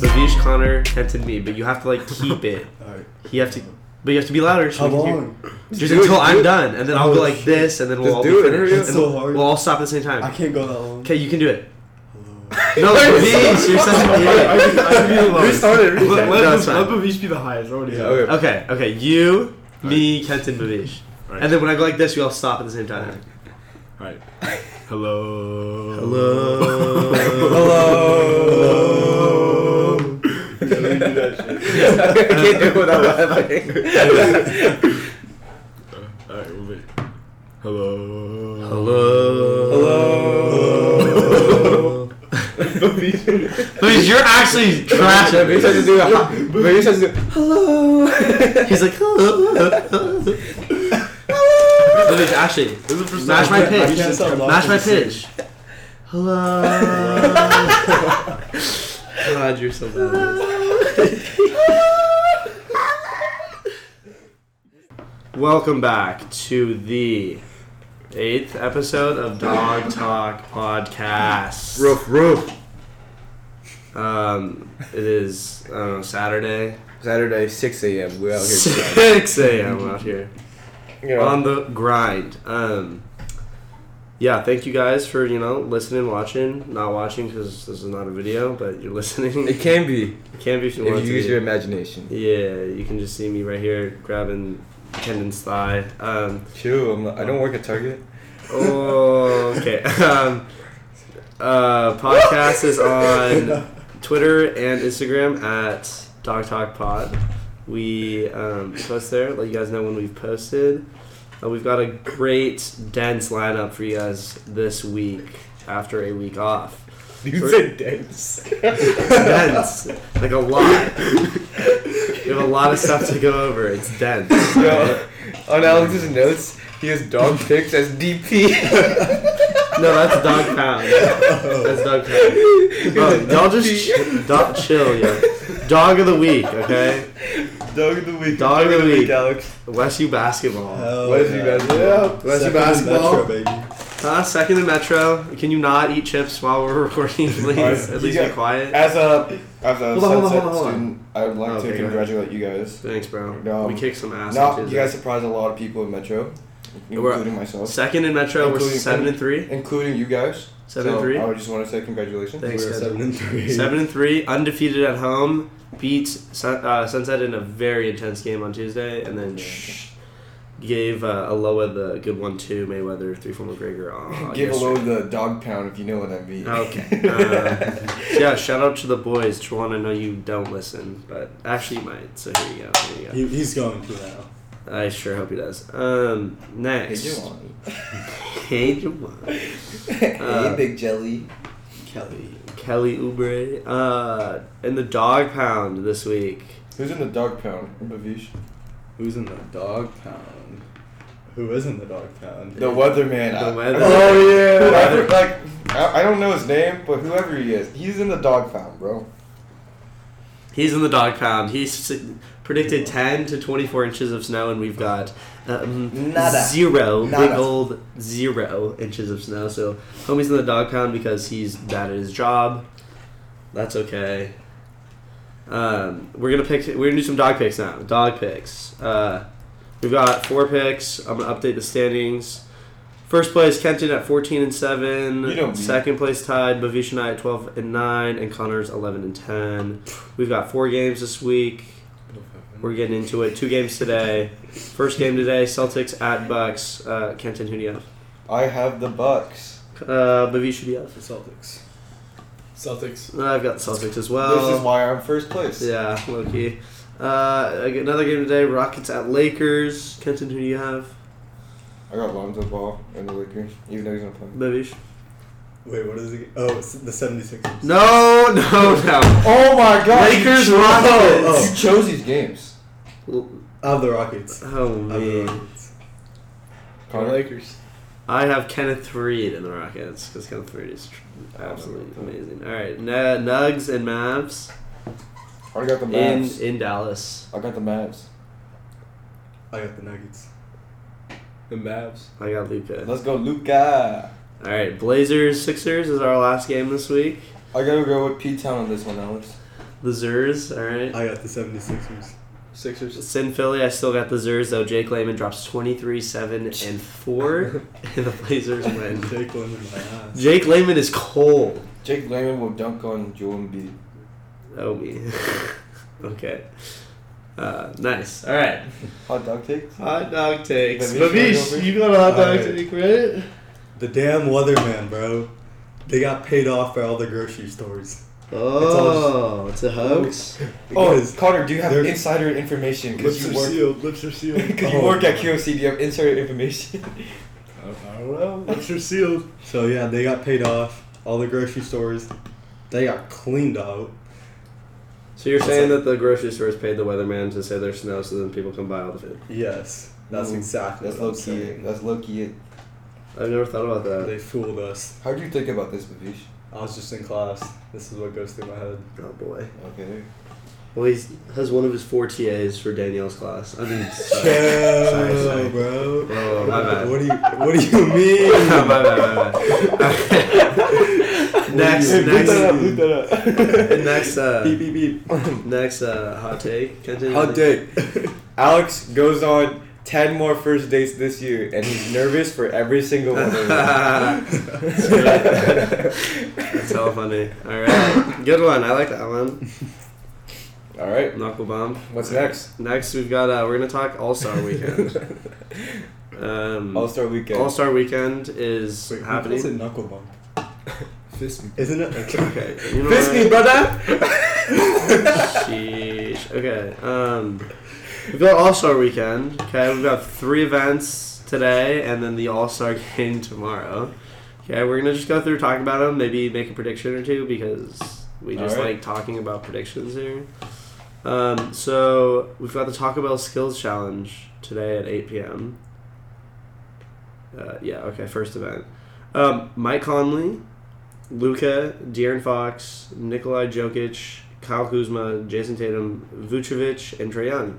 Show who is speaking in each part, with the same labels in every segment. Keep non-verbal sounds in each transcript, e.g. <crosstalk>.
Speaker 1: Bavish Connor tempted me, but you have to like keep it.
Speaker 2: Alright.
Speaker 1: You have to, but you have to be louder. So
Speaker 2: How
Speaker 1: we can hear-
Speaker 2: long?
Speaker 1: Just
Speaker 3: do it,
Speaker 1: until
Speaker 3: do
Speaker 1: I'm
Speaker 3: it.
Speaker 1: done, and then I'll go
Speaker 2: Oh,
Speaker 1: like
Speaker 2: shit.
Speaker 1: this, and then we'll
Speaker 3: Just
Speaker 1: all
Speaker 3: do
Speaker 1: be
Speaker 3: it, hurry
Speaker 1: finished. and
Speaker 3: up.
Speaker 2: It's so
Speaker 1: we'll-
Speaker 2: hard.
Speaker 1: We'll all stop at the same
Speaker 2: I
Speaker 1: time.
Speaker 2: can't go that long.
Speaker 1: Okay, you can do it. No, Bavish, you're such an
Speaker 3: I-
Speaker 1: idiot.
Speaker 3: I can be the lowest.
Speaker 4: Restarted.
Speaker 1: Okay,
Speaker 4: Let,
Speaker 1: no,
Speaker 4: let,
Speaker 1: it's
Speaker 4: let
Speaker 1: fine.
Speaker 4: Bavish be the highest. Already.
Speaker 2: Yeah.
Speaker 3: Okay.
Speaker 1: Okay, okay, you, me, Kenton, Bavish,
Speaker 4: Alright.
Speaker 1: and then when I go like this, we all stop at the same time.
Speaker 4: Alright. Hello.
Speaker 1: Hello.
Speaker 2: Hello.
Speaker 3: <laughs> I can't do it without laughing.
Speaker 4: Alright, we'll be. Hello.
Speaker 2: Hello.
Speaker 1: Bavish, you're actually trash.
Speaker 3: Yeah,
Speaker 1: at
Speaker 3: but he has to
Speaker 1: this.
Speaker 3: do it. But he has to do.
Speaker 1: He's like, <laughs> Bavish, actually,
Speaker 4: This is the first
Speaker 1: Smash
Speaker 4: time
Speaker 1: my
Speaker 4: I've-
Speaker 1: pitch.
Speaker 2: I can't stop laughing.
Speaker 1: Match my pitch. <laughs> Hello. God, you're so bad. <laughs> Welcome back to the eighth episode of Dog Talk Podcast.
Speaker 3: Roof, roof.
Speaker 1: Um, it is I don't know Saturday,
Speaker 3: Saturday, 6 a.m. We're out here.
Speaker 1: <laughs> six a.m. out here.
Speaker 3: You know,
Speaker 1: on the grind. Um, yeah, thank you guys for you know listening, watching, not watching because this is not a video, but you're listening. <laughs>
Speaker 3: it
Speaker 1: It
Speaker 3: can be
Speaker 1: can be if you want
Speaker 3: if you use
Speaker 1: to.
Speaker 3: your imagination.
Speaker 1: yeah, you can just see me right here grabbing Kendon's thigh. Um,
Speaker 3: True. I'm not, I don't work at Target.
Speaker 1: oh, okay. <laughs> Um, uh, podcast is
Speaker 2: <laughs>
Speaker 3: <laughs>
Speaker 1: on Twitter and Instagram at Dog Talk Pod. We um, post there, let you guys know when we've posted. Uh, we've got a great, dense lineup for you guys this week after a week off.
Speaker 3: You said dense.
Speaker 1: dense, like a lot. We have a lot of stuff to go over. It's dense.
Speaker 3: Yo, on Alex's notes, he has dog pics as DP.
Speaker 1: No, that's dog pound. That's dog pound. Bro, y'all just ch- do- chill, yo. Dog of the week, okay?
Speaker 3: dog of the week.
Speaker 1: Dog of the week.
Speaker 3: Alex.
Speaker 1: WestU basketball.
Speaker 3: What is he basketball?
Speaker 1: Western
Speaker 2: Second
Speaker 1: basketball.
Speaker 2: Metro, baby.
Speaker 1: Huh? Uh, Second in Metro. Can you not eat chips while we're <laughs> recording, please?
Speaker 3: Alright.
Speaker 1: At
Speaker 3: You
Speaker 1: least be
Speaker 3: got-
Speaker 1: quiet.
Speaker 3: As a as a
Speaker 1: Hold on, hold on, hold on,
Speaker 3: sunset
Speaker 1: hold on.
Speaker 3: student, I would like
Speaker 1: Okay,
Speaker 3: to
Speaker 1: go ahead. eh?
Speaker 3: congratulate you guys.
Speaker 1: Thanks, bro.
Speaker 3: Um,
Speaker 1: we kicked some ass.
Speaker 3: Not
Speaker 1: on
Speaker 3: you
Speaker 1: Tuesday.
Speaker 3: guys surprised a lot of people in Metro,
Speaker 1: We're-
Speaker 3: including myself,
Speaker 1: Second in Metro. We're
Speaker 3: Including-
Speaker 1: seven and three.
Speaker 3: including you guys.
Speaker 1: Seven
Speaker 3: so
Speaker 1: and three.
Speaker 3: I would just want to say congratulations.
Speaker 1: Thanks,
Speaker 2: We're
Speaker 1: guys.
Speaker 2: seven and three.
Speaker 1: Seven and three. Undefeated at home. Beat Sun- uh, Sunset in a very intense game on Tuesday, and then. Shh, Gave uh, Aloha the good one too. Mayweather three for McGregor. Uh,
Speaker 3: <laughs> Give a
Speaker 1: yesterday.
Speaker 3: low the dog pound if you know what I mean. <laughs>
Speaker 1: Okay. Uh, yeah, shout out to the boys. Tron, I know you don't listen, but actually you might. So here you go. Here you
Speaker 2: He, he's going to now.
Speaker 1: go. I sure hope he does. Um,
Speaker 3: Hey,
Speaker 1: next.
Speaker 3: Jelani.
Speaker 1: Hey, Juwan.
Speaker 3: <laughs> hey,
Speaker 1: Uh,
Speaker 3: Big Jelly.
Speaker 2: Kelly.
Speaker 1: Kelly Oubre. Uh, in the dog pound this week.
Speaker 3: Who's in the dog pound? Bavish.
Speaker 2: Who's in the dog pound? Who is in the dog pound?
Speaker 3: The weatherman.
Speaker 1: The
Speaker 3: I-
Speaker 1: weather-
Speaker 3: <laughs> Oh yeah.
Speaker 1: Weather-
Speaker 3: Whoever, like, I, I don't know his name, but whoever he is, he's in the dog pound, bro.
Speaker 1: He's in the dog pound. He's s- predicted 10 to 24 inches of snow, and we've got um,
Speaker 3: Nada.
Speaker 1: zero,
Speaker 3: Nada.
Speaker 1: big old zero inches of snow. So, homie's in the dog pound because he's bad at his job. That's okay. Um, we're gonna pick. We're gonna do some dog picks now. Dog picks. Uh, we've got four picks. I'm gonna update the standings. First place, Kenton at 14 and
Speaker 3: You don't
Speaker 1: seven.
Speaker 3: mean-
Speaker 1: Second place tied, Bavish and I at 12 and nine, and Connors 11 and 10. We've got four games this week. We're getting into it. Two games today. First game today, Celtics at Bucks. Uh, Kenton, who do you have?
Speaker 3: I have the Bucks.
Speaker 1: Uh, Bavish, who do you have?
Speaker 2: The Celtics.
Speaker 4: Celtics.
Speaker 1: Uh, I've got Celtics as
Speaker 3: this is
Speaker 1: well.
Speaker 3: why I'm first place.
Speaker 1: Yeah, low key. Uh, another game today, Rockets at Lakers. Kenton, who do you have?
Speaker 3: I got Lonzo Ball and the Lakers, even though he's not playing.
Speaker 1: Bavish.
Speaker 2: Wait, what is it? Oh, it's the 76ers.
Speaker 1: No, no, no.
Speaker 3: Oh my
Speaker 1: God, you Lakers, chose- Rockets.
Speaker 3: You chose these games.
Speaker 1: L-
Speaker 2: I have the Rockets.
Speaker 1: Oh,
Speaker 2: I have the
Speaker 1: man.
Speaker 2: Rockets.
Speaker 3: Lakers.
Speaker 1: I have Kenneth Reed in the Rockets because Kenneth Reed is tr- absolutely amazing. All right, N- Nugs and Mavs
Speaker 3: I got the
Speaker 1: in
Speaker 3: Mavs.
Speaker 1: in Dallas.
Speaker 3: I got the Mavs.
Speaker 2: I got the Nuggets.
Speaker 3: The Mavs.
Speaker 1: I got Luca.
Speaker 3: Let's go, Luca.
Speaker 1: All right, Blazers Sixers is our last game this week.
Speaker 3: I gotta go with P Town on this one, Alex.
Speaker 1: The Zers, all right.
Speaker 2: I got the 76ers.
Speaker 3: Sixers.
Speaker 1: Sin Philly, I still got the Zers though. Jake Lehman drops 23, 7, and 4. and <laughs> the Blazers
Speaker 2: And
Speaker 1: win.
Speaker 2: Jake London, my
Speaker 3: <laughs>
Speaker 2: ass.
Speaker 1: Jake Lehman is cold.
Speaker 3: Jake Lehman will dunk on Joel Embiid.
Speaker 1: Oh, me. <laughs> okay. Uh, nice. All right.
Speaker 3: Hot dog takes.
Speaker 1: Hot dog takes.
Speaker 3: Babish, wanna go
Speaker 1: Babish,
Speaker 3: first?
Speaker 1: you got a hot
Speaker 2: All
Speaker 1: dog
Speaker 2: right.
Speaker 1: take, right?
Speaker 2: The damn weatherman, bro. They got paid off by all the grocery stores.
Speaker 1: Oh, it's a hoax.
Speaker 3: Oh,
Speaker 2: Because
Speaker 3: Connor, do you have
Speaker 2: they're-
Speaker 3: insider information? Because
Speaker 2: lips
Speaker 3: you
Speaker 2: are
Speaker 3: work.
Speaker 2: sealed. Lips are sealed.
Speaker 3: <laughs> Because
Speaker 2: Oh.
Speaker 3: you work at QOC, do you have insider information?
Speaker 4: I, I don't know. Lips are sealed.
Speaker 2: So yeah, they got paid off. All the grocery stores, they got cleaned out.
Speaker 1: So you're
Speaker 2: What's
Speaker 1: saying
Speaker 2: that?
Speaker 1: that the grocery stores paid the weatherman to say there's snow so then people can buy all the food.
Speaker 2: Yes, that's
Speaker 3: Ooh,
Speaker 2: exactly
Speaker 3: That's
Speaker 2: what
Speaker 3: low
Speaker 2: I'm
Speaker 3: key it.
Speaker 2: saying.
Speaker 3: That's low key it.
Speaker 1: I've never thought about that.
Speaker 2: They fooled us.
Speaker 3: How do you think about this, Babish?
Speaker 2: I was just in class. This is what goes through my head.
Speaker 1: Oh, boy.
Speaker 3: Okay.
Speaker 1: Well, he has one of his four TAs for Danielle's class. I <laughs> mean, sorry. sorry,
Speaker 2: Chill,
Speaker 1: sorry.
Speaker 2: bro.
Speaker 1: Oh, my bad.
Speaker 2: What do you What do you mean?
Speaker 1: Bye, bye, bye, bye. <laughs> next,
Speaker 2: Hey, bleep that
Speaker 1: next,
Speaker 2: up, bleep
Speaker 3: <laughs>
Speaker 1: next,
Speaker 3: beep
Speaker 1: uh,
Speaker 3: beep beep.
Speaker 1: next uh, hot take. Continue.
Speaker 3: Hot take. Alex goes on ten more first dates this year, and he's nervous for every single one.
Speaker 1: <laughs>
Speaker 3: of them.
Speaker 1: That's hella funny. All right, good one. I like that one.
Speaker 3: All right.
Speaker 1: Knuckle bomb.
Speaker 3: What's next?
Speaker 1: Next, we've got. Uh, we're gonna talk All Star
Speaker 2: <laughs>
Speaker 1: Weekend. Um,
Speaker 3: All Star Weekend.
Speaker 1: All Star Weekend is
Speaker 2: Wait, who calls it
Speaker 1: happening.
Speaker 2: knuckle bump?
Speaker 4: Fist me.
Speaker 2: Isn't it? Okay.
Speaker 1: Okay, you know
Speaker 3: Fist
Speaker 1: what?
Speaker 3: me, brother.
Speaker 1: Sheesh. Okay. Um, we've got All Star Weekend. Okay, we've got three events today, and then the All Star <laughs> Game tomorrow. Okay, we're gonna just go through, talk about them, maybe make a prediction or two because we just
Speaker 3: Alright.
Speaker 1: like talking about predictions here. Um, so we've got the Taco Bell Skills Challenge today at eight p.m. Uh, yeah. Okay. First event. Um, Mike Conley, Luca, De'Aaron Fox, Nikolai Jokic, Kyle Kuzma, Jason Tatum, Vucevic, and Trae Young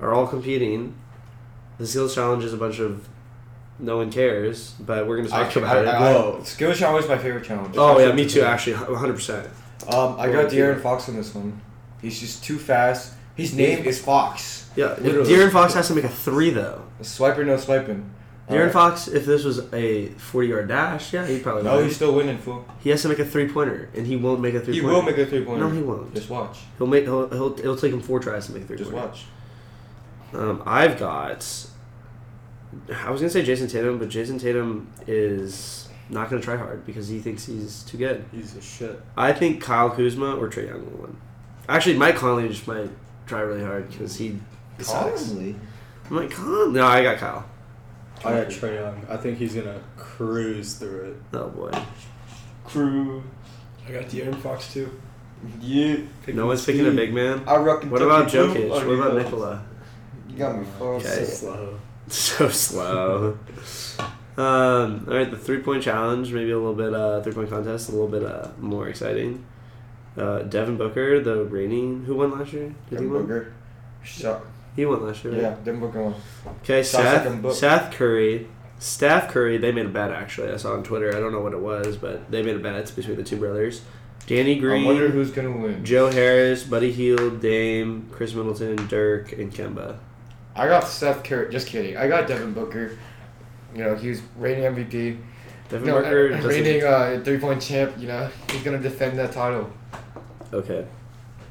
Speaker 1: are all competing. The skills challenge is a bunch of no one cares, but we're gonna talk
Speaker 3: I,
Speaker 1: about it.
Speaker 3: I,
Speaker 2: Whoa.
Speaker 3: I, skill challenge is my favorite challenge.
Speaker 1: oh yeah, me too. Actually, hundred percent.
Speaker 3: Um, I got
Speaker 1: Or two.
Speaker 3: De'Aaron Fox on this one. He's just too fast. His name is Fox.
Speaker 1: Yeah,
Speaker 3: Literally.
Speaker 1: De'Aaron Fox has to make a three though.
Speaker 3: Swiper, no swiping.
Speaker 1: De'Aaron
Speaker 3: Alright.
Speaker 1: Fox, if this was a forty-yard dash, yeah, he'd probably.
Speaker 3: No,
Speaker 1: win.
Speaker 3: he's still winning, fool.
Speaker 1: He has to make a three-pointer, and he won't make a
Speaker 3: He
Speaker 1: three-pointer.
Speaker 3: will make a three pointer.
Speaker 1: No, he won't.
Speaker 3: Just watch.
Speaker 1: He'll make. He'll, he'll. It'll take him four tries to make a
Speaker 3: Just
Speaker 1: three-pointer.
Speaker 3: watch.
Speaker 1: Um, I've got. I was gonna say Jason Tatum, but Jason Tatum is not gonna try hard because he thinks he's too good.
Speaker 2: He's a shit.
Speaker 1: I think Kyle Kuzma or Trey Young will win. Actually, Mike Conley just might try really hard because he. Sucks.
Speaker 3: Conley?
Speaker 1: I'm like Con. No, I got Kyle.
Speaker 2: I got Trae Young. I think he's gonna cruise through it.
Speaker 1: Oh boy,
Speaker 3: Crew.
Speaker 4: I got De'Aaron Fox too.
Speaker 3: Yeah.
Speaker 1: no one's picking a big man.
Speaker 3: I reckon.
Speaker 1: What about
Speaker 3: Kentucky
Speaker 1: Jokic?
Speaker 3: Blue.
Speaker 1: What about Nikola?
Speaker 3: uh, You got me fucked.
Speaker 1: Okay.
Speaker 2: So slow.
Speaker 1: <laughs> So slow. Um, all right, the three point challenge, maybe a little bit, uh, three point contest, a little bit uh, more exciting. Uh, Devin Booker, the reigning, who won last year? Did he
Speaker 3: Devin
Speaker 1: win?
Speaker 3: Booker. Shot.
Speaker 1: He won last year. right?
Speaker 3: Yeah, Devin Booker won.
Speaker 1: Okay,
Speaker 3: Sounds like a
Speaker 1: Seth,
Speaker 3: book.
Speaker 1: Seth Curry, Steph Curry. They made a bet actually. I saw on Twitter. I don't know what it was, but they made a bet. It's between the two brothers. Danny Green,
Speaker 3: I wonder who's gonna win.
Speaker 1: Joe Harris, Buddy Heald, Dame, Chris Middleton, Dirk, and Kemba.
Speaker 3: I got Seth Curry. Just kidding. I got Devin Booker. You know, he was reigning MVP.
Speaker 1: Devin
Speaker 3: no,
Speaker 1: Booker
Speaker 3: uh,
Speaker 1: doesn't-
Speaker 3: reigning uh, three point champ. You know, he's gonna defend
Speaker 1: <laughs>
Speaker 3: that title. <laughs>
Speaker 1: Okay,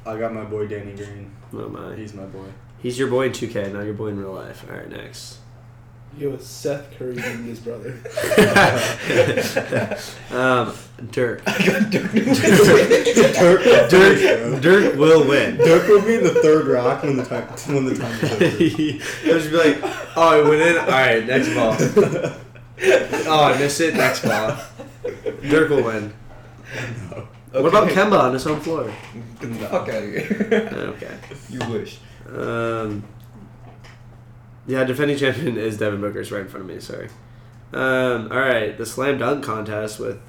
Speaker 2: I got my boy Danny Green.
Speaker 1: oh my.
Speaker 2: He's my boy.
Speaker 1: He's your boy in 2K. Now your boy in real life. All right, next.
Speaker 4: You was Seth Curry and his brother. <laughs>
Speaker 2: <laughs>
Speaker 1: um,
Speaker 3: <laughs>
Speaker 1: Dirk. <laughs>
Speaker 3: I got
Speaker 4: <laughs>
Speaker 2: Dirk,
Speaker 1: Dirk. Dirk will win.
Speaker 2: Dirk will be the third rock when the time when the time is over. <laughs>
Speaker 1: He'll just be like, oh, I went in. All right, next
Speaker 2: <laughs>
Speaker 1: ball. Oh, I missed it. Next ball. Dirk will win. What about
Speaker 3: Okay.
Speaker 1: Kemba on his home floor?
Speaker 3: Get the fuck out of here. <laughs>
Speaker 1: Okay.
Speaker 3: you wish.
Speaker 1: Um, yeah, defending champion is Devin Booker. It's right in front of me. Sorry. Um, all right, the slam dunk contest with.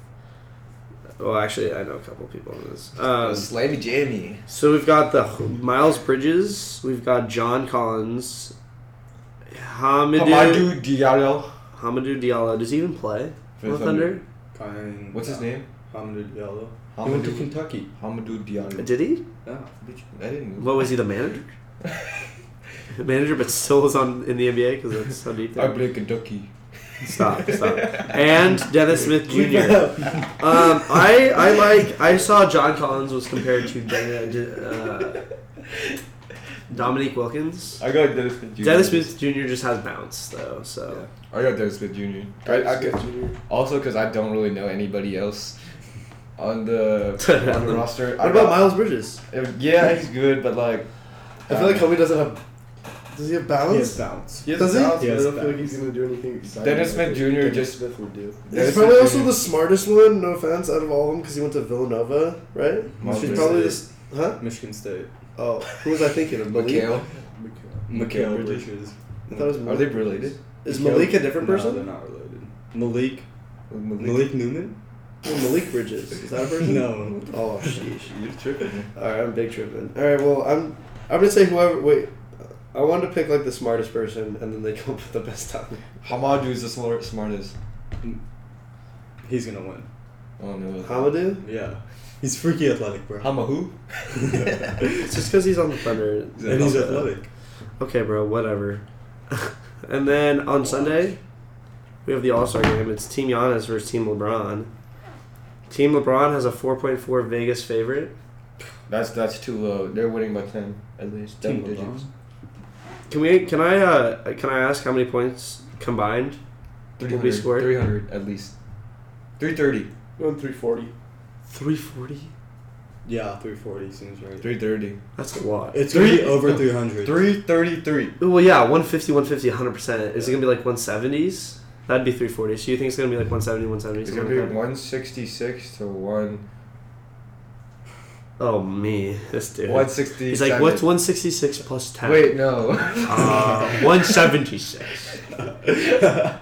Speaker 1: Well, actually, I know a couple people on this. Um,
Speaker 3: Slammy jammy.
Speaker 1: So we've got the Miles Bridges, we've got John Collins, Hamadou
Speaker 3: Hamadou Diallo.
Speaker 1: Hamadou Diallo. Does he even play? Will Thunder?
Speaker 2: Kind
Speaker 3: What's his name?
Speaker 2: Hamdud Diallo.
Speaker 3: Hamadou,
Speaker 2: He went to Kentucky.
Speaker 3: Hamadou Diallo.
Speaker 1: Did he?
Speaker 2: Yeah.
Speaker 3: Bitch, I didn't. know.
Speaker 1: What was he,
Speaker 4: <laughs>
Speaker 1: the manager? manager, but still was on in the NBA because that's how deep they
Speaker 3: I
Speaker 1: are.
Speaker 3: play Kentucky.
Speaker 1: Stop, stop. And Dennis
Speaker 4: <laughs>
Speaker 1: Smith Jr. Um, I I like I saw John Collins was compared to Den- uh, Dominique Wilkins.
Speaker 3: <laughs> I got Dennis Smith Jr.
Speaker 1: Dennis Smith Jr. just has bounce though, so
Speaker 3: I got Dennis Smith Jr. I, I could, also because I don't really know anybody else
Speaker 1: <laughs>
Speaker 3: on the, on the roster. I
Speaker 1: What about
Speaker 3: got-
Speaker 1: Miles Bridges?
Speaker 3: If- Yeah, he's good, but like. um,
Speaker 4: I
Speaker 1: Um,
Speaker 4: feel like Kobe doesn't have. Does he have
Speaker 2: He
Speaker 4: balance?
Speaker 2: has bounce.
Speaker 3: He has
Speaker 4: Does he?
Speaker 3: balance,
Speaker 2: he
Speaker 4: I
Speaker 2: has
Speaker 4: don't feel like
Speaker 2: balance.
Speaker 4: he's gonna do anything exciting.
Speaker 3: Dennis
Speaker 4: I
Speaker 3: Smith
Speaker 4: think
Speaker 3: Jr.
Speaker 4: Dennis
Speaker 3: just-
Speaker 4: Smith would do.
Speaker 3: Dennis
Speaker 4: He's probably
Speaker 3: Smith
Speaker 4: also
Speaker 3: Jr.
Speaker 4: the smartest one. No offense, out of all of them, because he went to Villanova, right? Which
Speaker 3: Miles
Speaker 4: is
Speaker 3: Bridges.
Speaker 4: probably just huh?
Speaker 2: Michigan State.
Speaker 4: Oh, who was I thinking of? Malik.
Speaker 3: Mikhail. Mikhail Bridges.
Speaker 2: Bridges.
Speaker 4: I thought it was
Speaker 3: Are
Speaker 4: Malik.
Speaker 3: they related?
Speaker 4: Is
Speaker 2: Mikhail-
Speaker 4: Malik a different
Speaker 2: No,
Speaker 4: person?
Speaker 2: they're not related. Malik.
Speaker 3: Malik.
Speaker 2: Malik Newman?
Speaker 4: Oh, Malik Bridges. Is that a person?
Speaker 2: No.
Speaker 4: Oh, sheesh.
Speaker 3: You're tripping.
Speaker 4: All right, I'm big tripping. All right, well, I'm I'm gonna say whoever. Wait, I wanted to pick like the smartest person, and then they come up with the best topic.
Speaker 3: Hamadou is the smart, smartest.
Speaker 2: He's gonna win.
Speaker 3: Oh no.
Speaker 4: Hamadou.
Speaker 2: Yeah. He's freaky athletic, bro.
Speaker 3: Hama who?
Speaker 1: It's just because he's on the Thunder.
Speaker 2: and he's athletic.
Speaker 1: Okay, bro, whatever. <laughs> and then on Sunday, we have the All Star game. It's Team Giannis versus Team LeBron. Team LeBron has a 4.4 Vegas favorite.
Speaker 3: That's that's too low. They're winning by ten at least.
Speaker 2: Team
Speaker 3: Double digits.
Speaker 1: Can we? Can I? Uh, can I ask how many points combined? Will be scored?
Speaker 3: Three hundred at least. Three thirty.
Speaker 4: Going three forty.
Speaker 1: 340.
Speaker 2: Yeah, 340 seems right.
Speaker 3: Three thirty.
Speaker 1: That's a lot.
Speaker 2: It's gonna be
Speaker 3: Three-
Speaker 2: over
Speaker 3: no.
Speaker 2: 300. <laughs>
Speaker 3: Three thirty three.
Speaker 1: Well, yeah, 150, 150, 100 percent. Is it gonna be like 170s? That'd be 340. So you think it's gonna be like 170, 170?
Speaker 3: It's gonna
Speaker 1: something
Speaker 3: be
Speaker 1: like that?
Speaker 3: one sixty six to one
Speaker 1: Oh me, this dude.
Speaker 3: one sixty.
Speaker 1: He's like, what's 166 plus 10?
Speaker 3: Wait, no.
Speaker 1: Uh, 176. hey,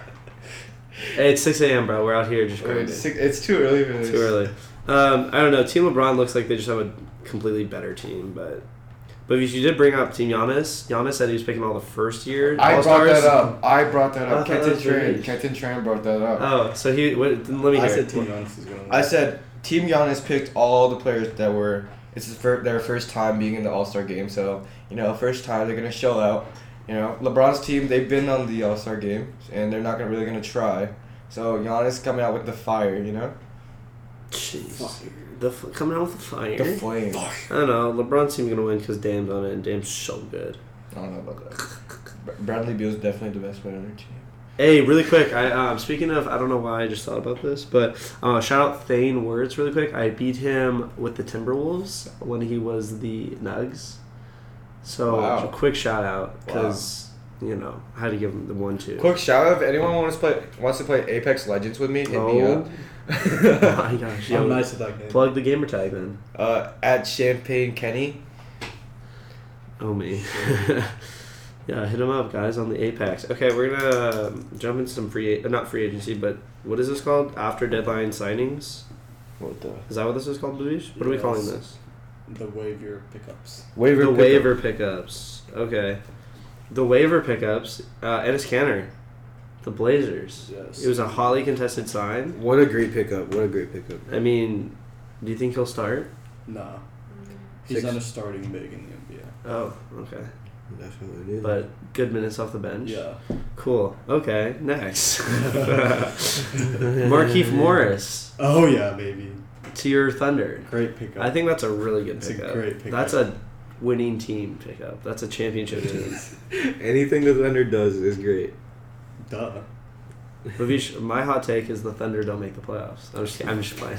Speaker 1: it's 6 a.m., bro. We're out here just grinding.
Speaker 3: Wait, six, it's too early for this.
Speaker 1: Too early. Um, I don't know. Team LeBron looks like they just have a completely better team, but but if you did bring up Team Giannis, Giannis said he was picking all the first year
Speaker 3: I
Speaker 1: All
Speaker 3: brought
Speaker 1: Stars.
Speaker 3: that up. I brought that
Speaker 1: I
Speaker 3: up.
Speaker 1: thought that was
Speaker 3: Kenton Tran.
Speaker 1: Denise.
Speaker 3: Kenton Tran brought that up.
Speaker 1: Oh, so he. What, then let me
Speaker 2: I
Speaker 1: hear.
Speaker 2: said
Speaker 1: It.
Speaker 2: Team Giannis is gonna win.
Speaker 3: I said Team Giannis picked all the players that were. It's his fir- their first time being in the All Star game, so you know, first time they're gonna show out. You know, LeBron's team they've been on the All Star game, and they're not gonna really gonna try. So Giannis coming out with the fire, you know,
Speaker 1: Jeez. The f- coming out with the fire.
Speaker 3: the flame. I
Speaker 1: I don't know. LeBron's team gonna win because Dame's on it, and Dame's so good.
Speaker 3: don't know about that. Br- Bradley Beal's definitely the best player on their team.
Speaker 1: Hey, really quick. I um, speaking of, I don't know why I just thought about this, but uh, shout out Thane Words really quick. I beat him with the Timberwolves when he was the Nugs. So
Speaker 3: Wow.
Speaker 1: quick shout out because you know I had to give him the one two.
Speaker 3: Quick shout out if anyone wants to play wants to play Apex Legends with me, hit me
Speaker 1: Oh
Speaker 3: up.
Speaker 1: my gosh!
Speaker 2: I'm
Speaker 1: yo,
Speaker 2: nice at that game.
Speaker 1: Plug the gamer tag then.
Speaker 3: <laughs> Uh, at Champagne Kenny.
Speaker 1: Oh me. <laughs> yeah, hit him up, guys, on the Apex. Okay, we're gonna um, jump into some free, uh, not free agency, but what is this called? After deadline signings.
Speaker 3: What the
Speaker 1: Is that what this is called, Babish? What are we
Speaker 2: Yes.
Speaker 1: calling this?
Speaker 2: the wave your pickups.
Speaker 3: waiver?
Speaker 1: the
Speaker 3: pickup.
Speaker 1: waiver pickups. Okay. The waiver pickups. Uh, Ennis Canner. The Blazers.
Speaker 2: Yes.
Speaker 1: It was a hotly contested sign.
Speaker 3: What a great pickup! What a great pickup!
Speaker 1: I mean, do you think he'll start?
Speaker 2: Nah. He's
Speaker 3: Six.
Speaker 2: not a starting big in the
Speaker 1: Oh, okay.
Speaker 3: Definitely did. <laughs>
Speaker 1: But good minutes off the bench.
Speaker 2: NBA.
Speaker 1: Cool. Okay.
Speaker 2: <laughs>
Speaker 1: Next. Markeith Morris
Speaker 2: Oh yeah, baby.
Speaker 1: to your Thunder.
Speaker 2: Great pickup.
Speaker 1: I think that's a really good
Speaker 2: It's a
Speaker 1: pickup.
Speaker 2: great pickup.
Speaker 1: That's a winning team pickup. That's a
Speaker 2: <laughs>
Speaker 1: championship team.
Speaker 3: Anything the Thunder does is great.
Speaker 2: Duh.
Speaker 1: Ravish, my hot take is the Thunder don't make the playoffs. I'm just, kidding. I'm just playing.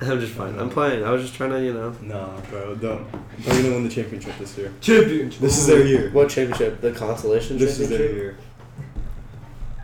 Speaker 1: <laughs> I'm just playing. I'm just playing. I'm playing. I was just trying to, you know.
Speaker 2: Nah, bro. Don't. They're gonna win the championship this year.
Speaker 3: Championship.
Speaker 2: This is their year.
Speaker 1: What championship? The consolation
Speaker 2: This is their year.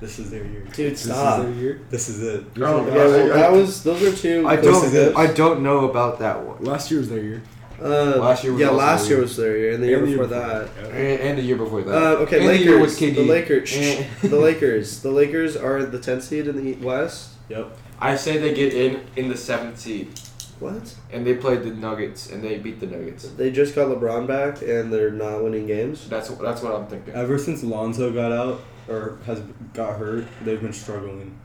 Speaker 2: This is their year.
Speaker 1: Dude,
Speaker 3: This is their year.
Speaker 2: This is it.
Speaker 3: Oh,
Speaker 1: Yeah, well, that was. Those are two.
Speaker 3: I
Speaker 2: This is it.
Speaker 3: don't. I don't know about that one.
Speaker 2: Last year was their year.
Speaker 1: Uh,
Speaker 3: Last year was
Speaker 1: yeah,
Speaker 3: also
Speaker 1: last
Speaker 3: their
Speaker 1: year
Speaker 3: year.
Speaker 1: was their year, and the year before that.
Speaker 3: And, and the year before that.
Speaker 1: Uh, okay,
Speaker 3: and
Speaker 1: Lakers.
Speaker 3: The, year Eh. with KD.
Speaker 1: the Lakers. shh,
Speaker 3: And-
Speaker 1: <laughs> the Lakers. The Lakers are the 10th seed in the E-, West.
Speaker 2: Yep.
Speaker 3: I say they get in in the seventh seed,
Speaker 1: What?
Speaker 3: and they played the Nuggets, and they beat the Nuggets.
Speaker 1: They just got LeBron back, and they're not winning games.
Speaker 3: That's that's what I'm thinking.
Speaker 2: Ever since Lonzo got out, or has got hurt, they've been struggling,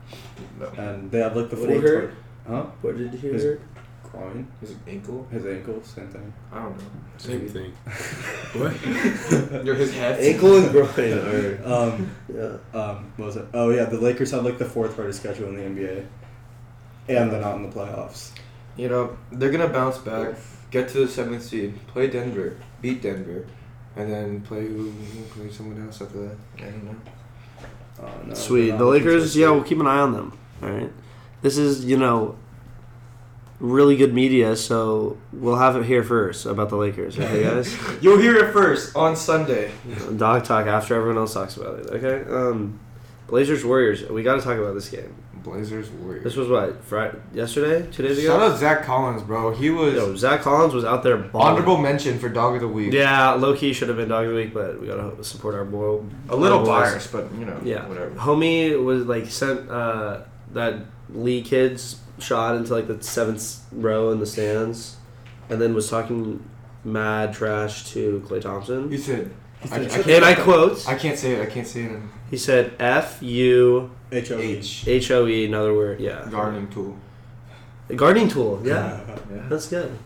Speaker 3: No.
Speaker 2: and they have like the
Speaker 4: What
Speaker 2: four.
Speaker 4: he hurt?
Speaker 2: Huh?
Speaker 4: What did he
Speaker 2: Is-
Speaker 4: hurt?
Speaker 2: Groin.
Speaker 3: His ankle?
Speaker 2: His ankle. Same thing.
Speaker 3: I don't know.
Speaker 5: Same thing.
Speaker 3: Your his head?
Speaker 4: Ankle and groin
Speaker 1: <laughs>
Speaker 4: are.
Speaker 2: Um.
Speaker 4: Yeah.
Speaker 2: Um. What was it? Oh yeah, the Lakers have like the fourth hardest schedule in the NBA, and they're not in the playoffs.
Speaker 3: You know, they're gonna bounce back, get to the seventh seed, play Denver, beat Denver, and then play who play someone else after that. I don't know.
Speaker 2: Uh, no, they're
Speaker 1: Sweet.
Speaker 2: not
Speaker 1: The Lakers,
Speaker 2: consistent.
Speaker 1: yeah, we'll keep an eye on them. All right. This is, you know, really good media, so we'll have it here first about the Lakers,
Speaker 2: <laughs>
Speaker 1: okay, guys?
Speaker 3: You'll hear it first on Sunday.
Speaker 1: Dog talk after everyone else talks about it, okay? Um, Blazers, Warriors. We got to talk about this game.
Speaker 3: Blazers Warriors.
Speaker 1: This was what, Friday, yesterday? Two days
Speaker 3: Shout
Speaker 1: ago?
Speaker 3: out Zach Collins, bro. He was
Speaker 1: Yo, Zach Collins was out there balling.
Speaker 3: honorable mention for dog of the week.
Speaker 1: Yeah, low key should have been dog of the week, but we gotta support our boy.
Speaker 3: A little
Speaker 1: our boys.
Speaker 3: biased, but you know,
Speaker 1: Yeah.
Speaker 3: whatever.
Speaker 1: Homie was like sent uh, that Lee kids shot into like the seventh row in the stands, and then was talking mad trash to Clay Thompson.
Speaker 3: He said, I,
Speaker 2: said-
Speaker 3: I
Speaker 1: and I
Speaker 3: can't,
Speaker 1: quote,
Speaker 3: I can't say it. I can't say it. in
Speaker 1: he said F U
Speaker 2: H O E.
Speaker 3: H.
Speaker 1: H O E, another word, yeah.
Speaker 3: Gardening tool.
Speaker 1: Gardening tool, yeah.
Speaker 3: Yeah.
Speaker 1: That's good.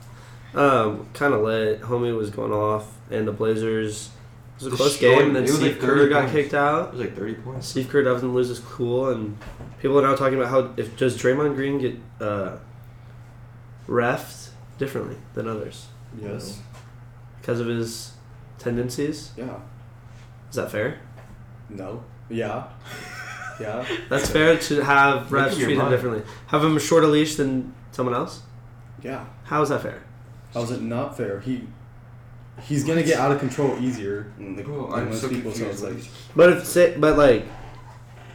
Speaker 1: Um, kind of lit. Homie was going off, and the Blazers. It was a close
Speaker 3: Destroyed
Speaker 1: game. And then
Speaker 3: it was
Speaker 1: Steve
Speaker 3: like 30
Speaker 1: Kerr got
Speaker 3: points.
Speaker 1: kicked out.
Speaker 3: That was like 30 points.
Speaker 1: Steve Kerr doesn't lose his cool, and people are now talking about how if does Draymond Green get uh, refed differently than others
Speaker 2: Yes.
Speaker 1: because of his tendencies?
Speaker 2: Yeah.
Speaker 1: Is that fair?
Speaker 2: No. Yeah. <laughs> Yeah.
Speaker 1: That's fair to have
Speaker 3: Make up
Speaker 1: refs
Speaker 3: your
Speaker 1: treat him
Speaker 3: mind.
Speaker 1: differently. Have him shorter leash than someone else.
Speaker 2: Yeah.
Speaker 1: How is that fair?
Speaker 2: How is it not fair? He he's gonna get out of control easier. than the-
Speaker 3: Bro,
Speaker 2: than
Speaker 3: I'm
Speaker 2: most
Speaker 3: so
Speaker 2: people, so
Speaker 3: confused.
Speaker 2: it's like,
Speaker 1: But if say, but like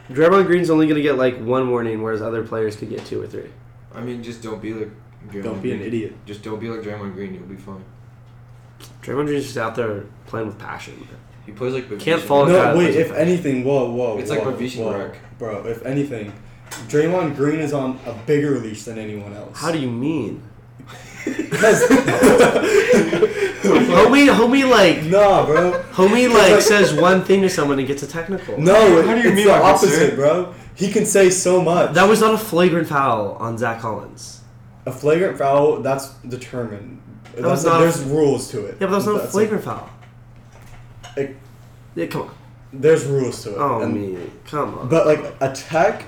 Speaker 1: Draymond Green's only gonna get like one warning, whereas other players could get two or three.
Speaker 3: I mean, just don't be like. Draymond
Speaker 2: don't be an
Speaker 3: Green.
Speaker 2: idiot.
Speaker 3: Just don't be like Draymond Green. You'll be fine.
Speaker 1: Draymond Green's just out there playing with passion.
Speaker 3: He plays like. Bavician.
Speaker 1: Can't fall- Oh,
Speaker 2: no,
Speaker 1: God,
Speaker 2: wait.
Speaker 1: that's-
Speaker 2: If anything, whoa, whoa,
Speaker 3: It's like
Speaker 2: whoa,
Speaker 3: Bavician
Speaker 2: whoa.
Speaker 3: wreck.
Speaker 2: bro. If anything, Draymond Green is on a bigger leash than anyone else.
Speaker 1: How do you mean?
Speaker 3: <laughs>
Speaker 2: Because
Speaker 1: homie, homie, like
Speaker 2: nah, bro.
Speaker 1: Homie like says one thing to someone and gets a technical.
Speaker 2: No,
Speaker 3: How do you
Speaker 2: it's
Speaker 3: mean
Speaker 2: the
Speaker 3: by
Speaker 2: opposite,
Speaker 3: concern?
Speaker 2: bro. He can say so much.
Speaker 1: That was not a flagrant foul on Zach Collins.
Speaker 2: a flagrant foul. That's determined.
Speaker 1: was
Speaker 2: That's,
Speaker 1: not a-
Speaker 2: there's rules to it.
Speaker 1: Yeah, but that was not a
Speaker 2: That's-
Speaker 1: flagrant foul.
Speaker 2: Like-
Speaker 1: Yeah, come on.
Speaker 2: There's rules to it.
Speaker 1: Oh,
Speaker 2: and-
Speaker 1: me. Come on.
Speaker 2: But like attack,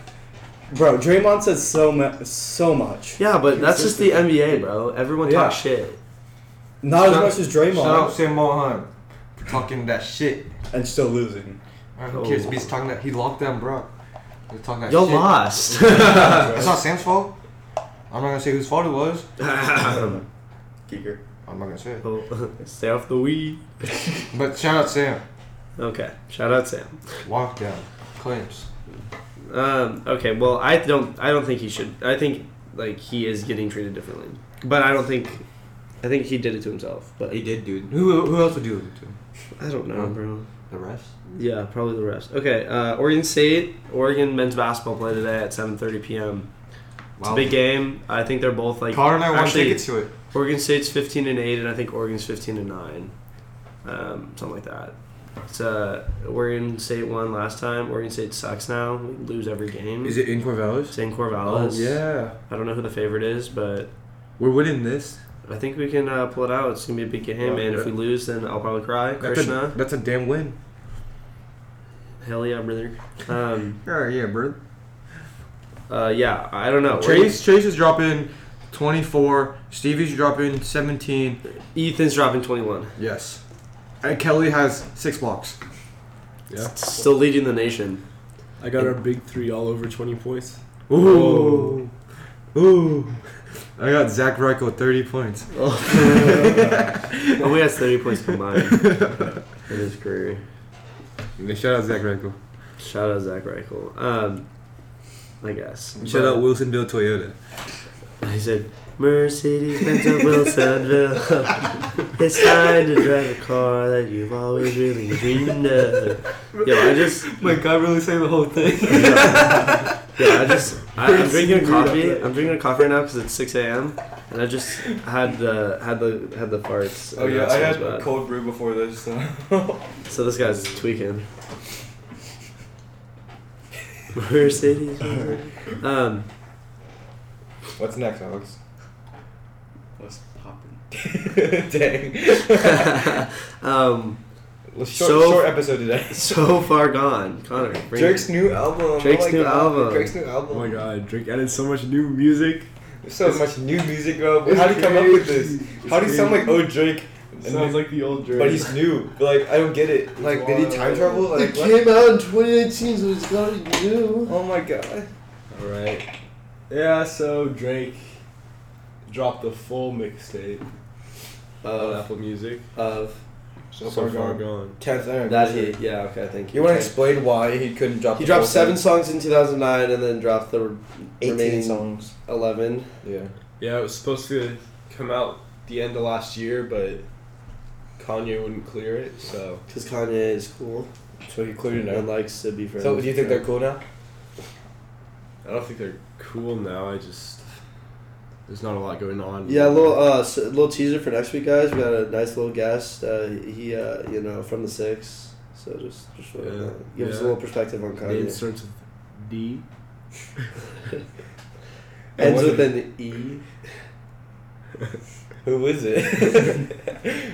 Speaker 2: bro. Draymond says so much, so much.
Speaker 1: yeah, but that's just the NBA, bro. Everyone
Speaker 2: Yeah.
Speaker 1: talks shit.
Speaker 2: Not as
Speaker 3: Shut-
Speaker 2: much as
Speaker 3: Shout
Speaker 2: Draymond,
Speaker 3: out Sam Mohan for talking that shit.
Speaker 2: and still
Speaker 3: <laughs>
Speaker 2: losing.
Speaker 3: Alright, who cares? He's talking that. He locked down Brock. He's talking that
Speaker 1: Y'all
Speaker 3: shit.
Speaker 1: lost. <laughs>
Speaker 2: <laughs>
Speaker 3: It's not Sam's fault. I'm not gonna say whose fault it was.
Speaker 2: Geeker.
Speaker 3: I'm not gonna say it.
Speaker 1: Oh, Stay off the weed.
Speaker 3: But shout out Sam.
Speaker 1: Okay. Shout out Sam.
Speaker 3: Lockdown Claims.
Speaker 1: Um, okay. Well, I don't. I don't think he should. I think like he is getting treated differently. But I don't think. I think he did it to himself. But
Speaker 3: He did, dude. Who, who else would do it to?
Speaker 1: I don't know, bro.
Speaker 3: The rest?
Speaker 1: Yeah, probably the rest. Okay, uh, Oregon State, Oregon men's basketball play today at 7:30 p.m. It's a big game. I think they're both like
Speaker 3: Connor and I want
Speaker 1: actually,
Speaker 3: tickets to it.
Speaker 1: Oregon State's 15 and eight, and I think Oregon's 15 and nine, um, something like that. It's uh, Oregon State won last time. Oregon State sucks now. We lose every game.
Speaker 5: it in Corvallis? Oh,
Speaker 1: It's in Corvallis.
Speaker 5: yeah.
Speaker 1: I don't know who the favorite is, but
Speaker 5: We're winning this.
Speaker 1: I think we can uh, pull it out. It's gonna be a big game, and if we lose, then I'll probably cry. Krishna,
Speaker 5: that's a damn win.
Speaker 1: hell yeah, brother. Um,
Speaker 5: Yeah, yeah, bro.
Speaker 1: uh, yeah, I don't know. Oregon-
Speaker 5: Chase Chase is dropping 24. Stevie's dropping 17.
Speaker 1: Ethan's dropping 21.
Speaker 5: Yes. And Kelly has six blocks.
Speaker 1: S- Still leading the nation.
Speaker 5: I got our big three all over 20 points.
Speaker 1: Ooh.
Speaker 5: Ooh. Ooh. I got Zach Reichel with 30 points.
Speaker 1: <laughs> Oh, we has 30 points
Speaker 3: <laughs>
Speaker 1: combined in his career.
Speaker 5: Shout out Zach Reichel.
Speaker 1: Shout out Zach Reichel. Um, I guess.
Speaker 5: Shout out Wilsonville Toyota.
Speaker 1: He said, Mercedes Benz of Wilsonville.
Speaker 3: <laughs>
Speaker 1: it's time to drive a car that you've always really dreamed of. Yo, I just. <laughs>
Speaker 3: My God, really say the whole thing.
Speaker 1: Yeah, I just I, I'm drinking a coffee. I'm drinking a coffee right now because it's 6 a.m. and I just had the had the had the farts.
Speaker 3: Oh
Speaker 1: and
Speaker 3: yeah,
Speaker 1: that
Speaker 3: I
Speaker 1: sounds
Speaker 3: had
Speaker 1: bad.
Speaker 3: cold brew before this. So.
Speaker 1: So this guy's tweaking.
Speaker 6: Mercedes. Um,
Speaker 3: <laughs> What's next, <laughs> Alex?
Speaker 2: What's poppin'?
Speaker 3: Dang.
Speaker 6: um,
Speaker 3: Well, Short,
Speaker 6: So-
Speaker 3: short episode today.
Speaker 6: so far gone, Connor. bring it.
Speaker 3: Drake's new album.
Speaker 6: Drake's
Speaker 3: oh my
Speaker 6: new
Speaker 3: God.
Speaker 6: album.
Speaker 3: Drake's new album.
Speaker 5: Oh my god, Drake added so much new music.
Speaker 3: There's so much new music, bro. How do you come up with this? How do you sound like old Drake?
Speaker 5: Sounds like the old Drake.
Speaker 3: But he's new. Like I don't get it. Like did he time travel? Like
Speaker 1: it
Speaker 3: what?
Speaker 1: came out in 2018, so it's gotta be new.
Speaker 3: Oh my god.
Speaker 5: All right. Yeah, so Drake dropped the full mixtape on
Speaker 1: Of,
Speaker 5: Uh, Apple Music.
Speaker 1: of
Speaker 3: So far gone.
Speaker 5: gone.
Speaker 3: Tenth
Speaker 1: that he, yeah, okay, thank you.
Speaker 3: You want to
Speaker 1: Okay.
Speaker 3: explain why he couldn't drop?
Speaker 1: He
Speaker 3: the
Speaker 1: dropped
Speaker 3: whole
Speaker 1: seven
Speaker 3: thing?
Speaker 1: songs in 2009, and then dropped the re-
Speaker 3: eighteen
Speaker 1: remaining
Speaker 3: songs.
Speaker 1: 11.
Speaker 3: Yeah.
Speaker 5: Yeah, it was supposed to come out the end of last year, but Kanye wouldn't clear it, so
Speaker 1: Because Kanye is cool
Speaker 3: So he cleared it
Speaker 1: and
Speaker 3: out.
Speaker 1: likes to be friends.
Speaker 3: So do you
Speaker 1: with
Speaker 3: think they're cool <laughs> now?
Speaker 5: I don't think they're cool now. I just there's not a lot going on.
Speaker 1: Yeah, a little uh, s- little teaser for next week, guys. We got a nice little guest. Uh, he, uh, you know, from the six. So just, just wanna,
Speaker 5: Yeah,
Speaker 1: give us a
Speaker 5: yeah.
Speaker 1: little perspective on Kanye.
Speaker 5: name starts with
Speaker 1: <laughs>
Speaker 5: D.
Speaker 1: Ends
Speaker 3: What
Speaker 1: with
Speaker 3: if-
Speaker 1: an E.
Speaker 3: Who is it?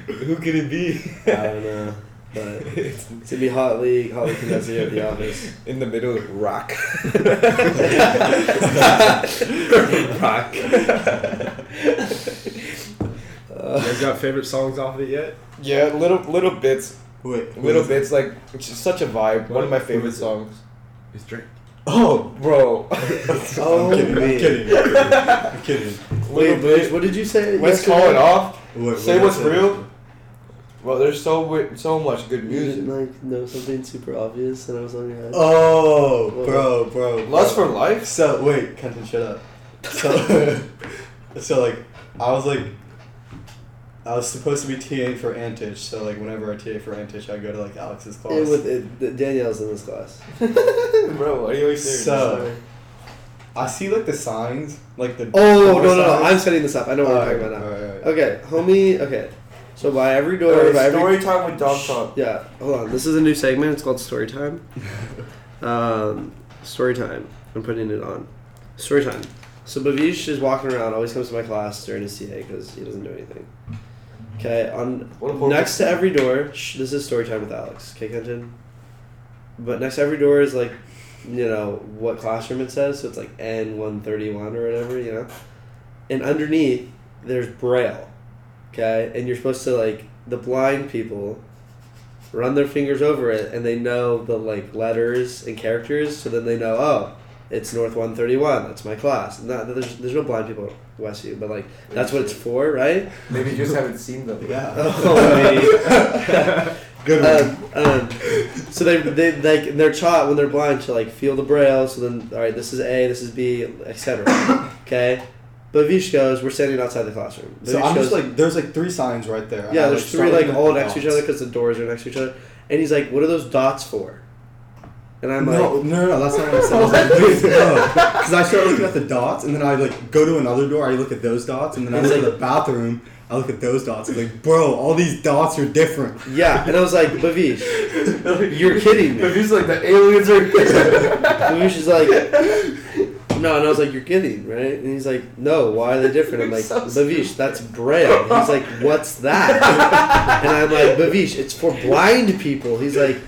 Speaker 3: Who could it be?
Speaker 1: I don't know, but it's gonna be hot league, hot league contestant here at the office.
Speaker 3: In the middle, <laughs> rock.
Speaker 1: Rock.
Speaker 5: You guys got favorite songs off it yet?
Speaker 3: Yeah, little little bits,
Speaker 2: Wait, what
Speaker 3: little
Speaker 2: is
Speaker 3: bits like it's just such a vibe. One
Speaker 5: What-
Speaker 3: of my
Speaker 5: what
Speaker 3: favorite
Speaker 5: is it?
Speaker 3: songs.
Speaker 5: It's Drake.
Speaker 3: Oh, bro. <laughs>
Speaker 1: Oh,
Speaker 2: I'm kidding. I'm
Speaker 1: man.
Speaker 2: kidding. I'm kidding. I'm kidding.
Speaker 1: Wait,
Speaker 3: <laughs> Little
Speaker 1: Bridge,
Speaker 3: bit.
Speaker 1: what did you say?
Speaker 3: Let's
Speaker 1: yesterday?
Speaker 3: call it off.
Speaker 2: What-
Speaker 3: Say
Speaker 2: what
Speaker 3: what's
Speaker 2: is it?
Speaker 3: real. Well, there's so wi- so much good
Speaker 1: You
Speaker 3: music.
Speaker 1: didn't like know something super obvious, and I was on your head.
Speaker 2: Oh, bro, bro.
Speaker 3: Lust
Speaker 2: bro.
Speaker 3: for Life.
Speaker 2: So wait, Kenton, shut up. So, <laughs> so like, I was like, I was supposed to be TA for Antich. So like, whenever I TA for Antich, I go to like Alex's class.
Speaker 1: It with it, D- Danielle's in this class.
Speaker 3: <laughs> Bro, what are you always saying?
Speaker 2: So-
Speaker 1: Sorry.
Speaker 2: I see like the signs, like the.
Speaker 1: Oh
Speaker 2: door
Speaker 1: no no no! I'm
Speaker 2: signs.
Speaker 1: setting this up. I know what I'm
Speaker 2: Alright,
Speaker 1: talking about now.
Speaker 2: alright, alright.
Speaker 1: Okay, homie. Okay, so by every door,
Speaker 3: Alright,
Speaker 1: by every
Speaker 3: story time with Dog Talk.
Speaker 1: yeah. Hold on. This is a new segment. It's called story
Speaker 3: <laughs>
Speaker 1: time. um, story time. I'm putting it on. Story time. So Bavish is walking around. Always comes to my class during his TA because he doesn't do anything. Okay. On
Speaker 3: What a horrible-
Speaker 1: next to every door. Shh, this is story time with Alex. Okay, Kenton. But next to every door is like, you know, what classroom it says. So it's like N one thirty one or whatever. You know. And underneath, there's braille. Okay, and you're supposed to like the blind people run their fingers over it and they know the like letters and characters so then they know oh it's north 131 that's my class not that there's, there's no blind people at westview but like that's what it's for right
Speaker 3: Maybe you <laughs> just haven't seen them.
Speaker 2: Yeah.
Speaker 1: Oh,
Speaker 2: <laughs> Good one.
Speaker 1: um, um, so they they like they're taught when they're blind to like feel the braille so then all right this is a this is b etc <coughs> okay but Vish goes we're standing outside the classroom
Speaker 2: so
Speaker 1: Vish
Speaker 2: I'm just
Speaker 1: goes-
Speaker 2: like, there's like three signs right there.
Speaker 1: yeah,
Speaker 2: I,
Speaker 1: there's
Speaker 2: start
Speaker 1: three like
Speaker 2: with
Speaker 1: all
Speaker 2: the
Speaker 1: next to each
Speaker 2: dots.
Speaker 1: other because the doors are next to each other. And he's like, "What are those dots for?" And I'm like,
Speaker 2: no, no, no, that's not what I said. I was
Speaker 1: <laughs>
Speaker 2: like, dude, Because I start looking at the dots, and then I like go to another door. I look at those dots, and then I
Speaker 1: It's
Speaker 2: look at
Speaker 1: like-
Speaker 2: the bathroom. I look at those dots. I'm like, bro, all these dots are different.
Speaker 1: "Yeah," and I was like, "Bavish, <laughs>
Speaker 5: <laughs>
Speaker 1: you're kidding me."
Speaker 3: But he's like the aliens
Speaker 1: <laughs>
Speaker 3: are
Speaker 1: Bavish is like, "No," and I was like, "You're kidding, right?" And he's like, "No, why are they different?" I'm like,
Speaker 3: So
Speaker 1: "Bavish, that's braille." And he's like, "What's that?" and I'm like, "Bavish, it's for blind people." He's like,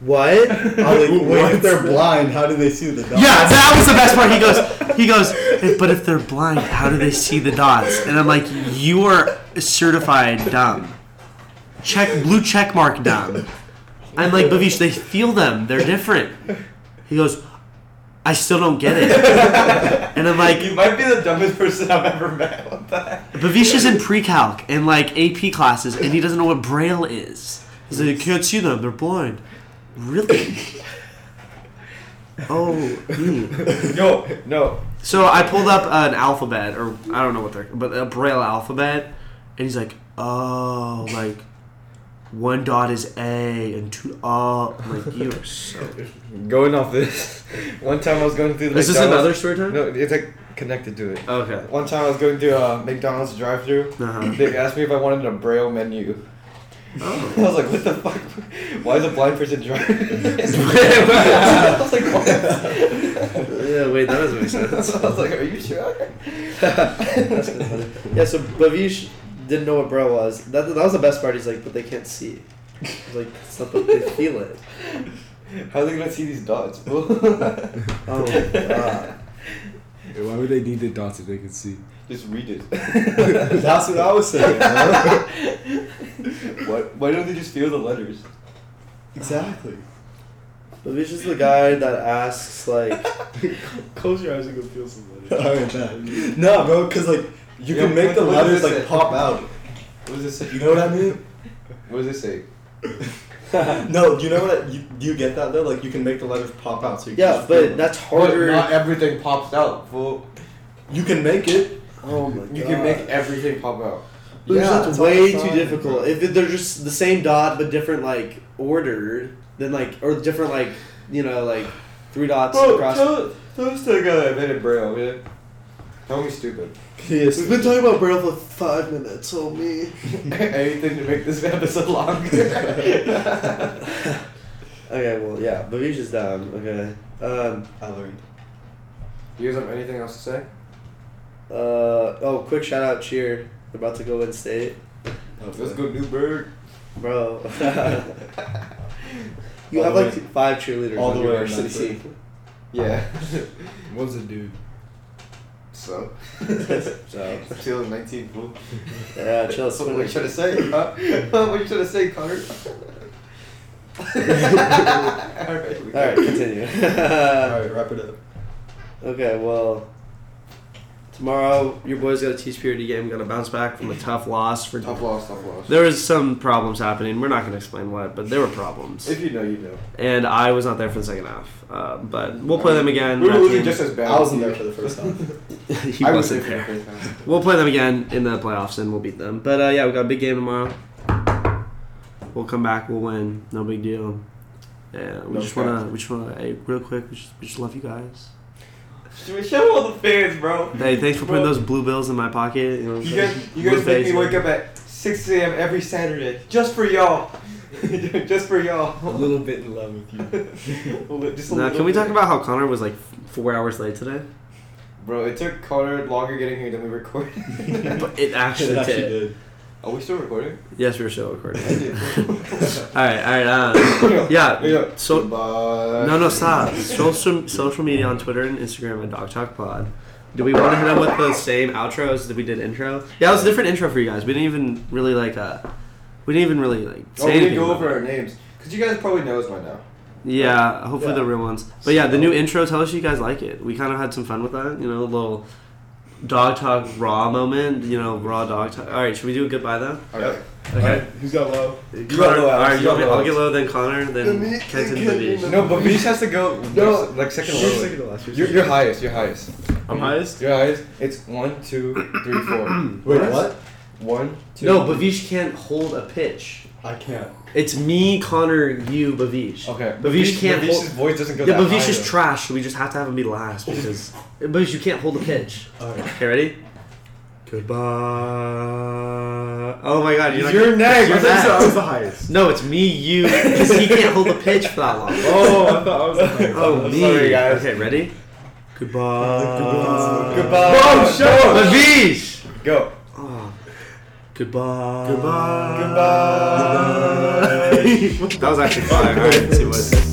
Speaker 1: "What?"
Speaker 2: I'm like, wait, if
Speaker 1: What?
Speaker 2: they're blind, how do they see the dots?
Speaker 6: Yeah, that was the best part. He goes, he goes. "If- But if they're blind, how do they see the dots? And I'm like, you are certified dumb. Check blue check mark dumb. I'm like, Bavish, they feel them. They're different. He goes, I still don't get it. And I'm like,
Speaker 3: you might be the dumbest person I've ever met. What the heck?
Speaker 6: Bavish is in pre-calc and like AP classes, and he doesn't know what braille is. He's like, I can't see them. They're blind. Really?
Speaker 3: <laughs>
Speaker 6: Oh. hmm.
Speaker 3: Yo, no.
Speaker 6: So I pulled up an alphabet, or I don't know what they're, but a braille alphabet, and he's like, "Oh, like one dot is A and two oh." I'm like, "You
Speaker 4: <laughs>
Speaker 6: are so."
Speaker 3: Going off this. <laughs> One time I was going through the
Speaker 6: Is this another
Speaker 3: McDonald's-
Speaker 6: story time?
Speaker 3: No, it's like connected to
Speaker 1: Oh.
Speaker 3: it.
Speaker 6: Okay.
Speaker 3: One time I was going through a McDonald's drive-through.
Speaker 6: Uh-huh.
Speaker 3: They asked me if I wanted a braille menu. <laughs>
Speaker 1: Oh.
Speaker 3: I was like, what the fuck? Why is a blind person
Speaker 1: <laughs>
Speaker 3: driving? <laughs> this?" I was like, what?
Speaker 1: Yeah, wait, that doesn't make sense.
Speaker 3: <laughs> I was like, are you sure?
Speaker 4: <laughs> That's kinda funny. Yeah, so Bavish didn't know what bro was. That, that was the best part. He's like, but they can't see. It's like, it's not that they feel it.
Speaker 3: How are they gonna see these
Speaker 4: <laughs>
Speaker 3: dots? oh
Speaker 4: Oh my god.
Speaker 7: Why would they need the dots if they could see?
Speaker 3: Just read it.
Speaker 2: <laughs> That's what I was saying.
Speaker 1: <laughs>
Speaker 2: bro.
Speaker 3: Why, why don't they just feel the letters?
Speaker 2: exactly.
Speaker 4: Bavish is the guy that asks, <laughs> like,
Speaker 5: Close your eyes and go feel some <laughs>
Speaker 2: All
Speaker 5: letters.
Speaker 2: right, man. No, bro, because like you
Speaker 3: Yeah,
Speaker 2: can make the
Speaker 3: what- what
Speaker 2: letters
Speaker 3: does it
Speaker 2: like
Speaker 3: say?
Speaker 2: pop out.
Speaker 3: What does it say?
Speaker 2: You know what I mean?
Speaker 3: What does it say?
Speaker 2: No, you know what? I, you, do you get that though? Like you can make the letters pop out. So you can
Speaker 4: yeah,
Speaker 2: just feel
Speaker 4: but
Speaker 2: it.
Speaker 4: that's
Speaker 3: But
Speaker 4: harder.
Speaker 3: not everything pops out. Fool.
Speaker 2: you can make it.
Speaker 4: oh my god.
Speaker 3: You can <laughs> make everything pop out.
Speaker 4: Bavish,
Speaker 2: Yeah,
Speaker 4: that's
Speaker 2: it's
Speaker 4: way
Speaker 2: all
Speaker 4: too
Speaker 2: fine.
Speaker 4: difficult. If it- they're just the same dot but different, like, order, then, like, or different, like, you know, like, three dots across.
Speaker 3: tell, tell us the guy that invented Braille, man. Tell me stupid.
Speaker 2: Yes.
Speaker 4: We've been talking about Braille for five minutes, oh me.
Speaker 3: <laughs> Anything to make this episode <laughs> longer.
Speaker 4: Okay, well, yeah, Bavish is dumb. Okay. Um,
Speaker 2: I learned.
Speaker 3: Do you guys have anything else to say?
Speaker 4: Uh, oh, quick shout out, cheer. They're about to go in state.
Speaker 3: Let's go Newberg.
Speaker 2: <laughs>
Speaker 4: Bro. <laughs> you have like five cheerleaders
Speaker 2: all
Speaker 4: on
Speaker 2: the
Speaker 4: your
Speaker 2: way
Speaker 4: varsity
Speaker 2: in
Speaker 4: team.
Speaker 3: <laughs> Yeah.
Speaker 7: What's a dude?
Speaker 3: <laughs> so.
Speaker 4: So,
Speaker 3: Still 19, fool.
Speaker 4: yeah, chill. It's
Speaker 3: That's what you
Speaker 4: winter.
Speaker 3: trying to say, <laughs> huh? what you trying to say, <laughs> Connor? Alright. we
Speaker 4: Alright,
Speaker 3: go. <laughs>
Speaker 4: continue.
Speaker 2: All right, wrap it up.
Speaker 4: okay, well, tomorrow your boys got a teach period game. Got to bounce back from a tough loss for.
Speaker 3: Tough loss, tough loss.
Speaker 1: There was some problems happening. We're not going to explain what, but there were problems.
Speaker 3: If you know, you know.
Speaker 1: And I was not there for the second half. Uh, but we'll play them again.
Speaker 3: We were
Speaker 1: That
Speaker 3: losing
Speaker 1: team- <laughs>
Speaker 3: just as bad.
Speaker 2: I wasn't there for the first half.
Speaker 1: he
Speaker 3: I was
Speaker 1: wasn't
Speaker 3: there
Speaker 1: there.
Speaker 3: for the first half.
Speaker 1: We'll play them again in the playoffs and we'll beat them. But uh, yeah, we got a big game tomorrow. We'll come back. We'll win. No big deal. Yeah, we
Speaker 3: No
Speaker 1: just wanna, we just wanna, hey, real quick, we just, we just love you guys.
Speaker 3: Should we show all the fans, bro?
Speaker 1: Hey, thanks for putting
Speaker 3: Bro.
Speaker 1: those blue bills in my pocket. You know what I'm
Speaker 3: You
Speaker 1: saying?
Speaker 3: guys, you guys
Speaker 1: Blue
Speaker 3: make me
Speaker 1: face.
Speaker 3: wake up at 6 a.m. every Saturday just for y'all. <laughs> just for
Speaker 2: a
Speaker 3: y'all.
Speaker 2: little bit in love with you.
Speaker 3: just <laughs> a
Speaker 1: Now,
Speaker 3: little
Speaker 1: can we talk
Speaker 3: bit.
Speaker 1: about how Connor was like f- four hours late
Speaker 3: <laughs>
Speaker 1: today?
Speaker 3: Bro, it took Connor longer getting here than we recorded.
Speaker 1: But it actually,
Speaker 2: It actually
Speaker 1: did.
Speaker 2: did.
Speaker 3: <laughs> Are we still <laughs> recording?
Speaker 1: Yes, we were still recording.
Speaker 3: I did.
Speaker 1: all right, all right. Uh,
Speaker 3: <coughs>
Speaker 1: yeah. So
Speaker 3: Goodbye.
Speaker 1: No, no, stop. Social social media on Twitter and Instagram at Dog Talk Pod. Do we want to hit up with the same outro as we did intro? Yeah, it was a different intro for you guys. We didn't even really like uh, we didn't even really like
Speaker 3: Oh,
Speaker 1: say
Speaker 3: we
Speaker 1: anything.
Speaker 3: didn't go
Speaker 1: about
Speaker 3: over
Speaker 1: it.
Speaker 3: our names. Because you guys probably know us by now.
Speaker 1: Yeah, hopefully
Speaker 2: Yeah.
Speaker 1: the real ones. But yeah, the new intro. Tell us you guys like it. We kind of had some fun with that. You know, a little dog talk raw moment. You know, raw dog talk. All right, should we do a goodbye though?
Speaker 3: Alright.
Speaker 1: Okay.
Speaker 5: Who's got low?
Speaker 1: Connor-
Speaker 3: go low,
Speaker 1: all right,
Speaker 3: Alex.
Speaker 1: you want
Speaker 3: You
Speaker 1: me,
Speaker 3: go
Speaker 1: I'll
Speaker 3: low.
Speaker 1: get low, then Connor, then
Speaker 3: me-
Speaker 1: Kenton,
Speaker 3: Kenton,
Speaker 1: Babish.
Speaker 3: No, but Beach has to go no. like second
Speaker 5: You're
Speaker 3: lowest.
Speaker 5: the last.
Speaker 3: You're, you're highest, you're highest.
Speaker 5: I'm highest.
Speaker 3: You're highest. It's one, two,
Speaker 1: <clears throat>
Speaker 3: three, four.
Speaker 2: Wait, what?
Speaker 3: One, two.
Speaker 1: No, Bavish can't hold a pitch.
Speaker 2: I can't.
Speaker 1: It's me, Connor, you, Bavish.
Speaker 3: Okay.
Speaker 1: Bavish can't
Speaker 3: Bavish's
Speaker 1: hold.
Speaker 3: voice doesn't go
Speaker 1: Yeah,
Speaker 3: that
Speaker 1: Bavish
Speaker 3: high,
Speaker 1: is
Speaker 3: though.
Speaker 1: trash. so We just have to have him be last because Bavish, you can't hold a pitch.
Speaker 2: All right.
Speaker 1: Okay, ready? Goodbye. Oh my God, you're, not-
Speaker 3: You're next.
Speaker 1: You're
Speaker 3: I thought you said
Speaker 1: next.
Speaker 5: I was the highest.
Speaker 1: No, it's me, you, because he can't hold a pitch for that long.
Speaker 5: Oh, I thought I <laughs> was the highest.
Speaker 1: Oh,
Speaker 3: I'm
Speaker 1: me.
Speaker 3: sorry, guys.
Speaker 1: Okay, ready? Goodbye.
Speaker 3: Goodbye. <laughs>
Speaker 5: Whoa, shut up.
Speaker 1: Bavish.
Speaker 3: Go.
Speaker 1: Oh. Goodbye.
Speaker 5: Goodbye.
Speaker 1: Goodbye. that was actually fire. All right, let's see what.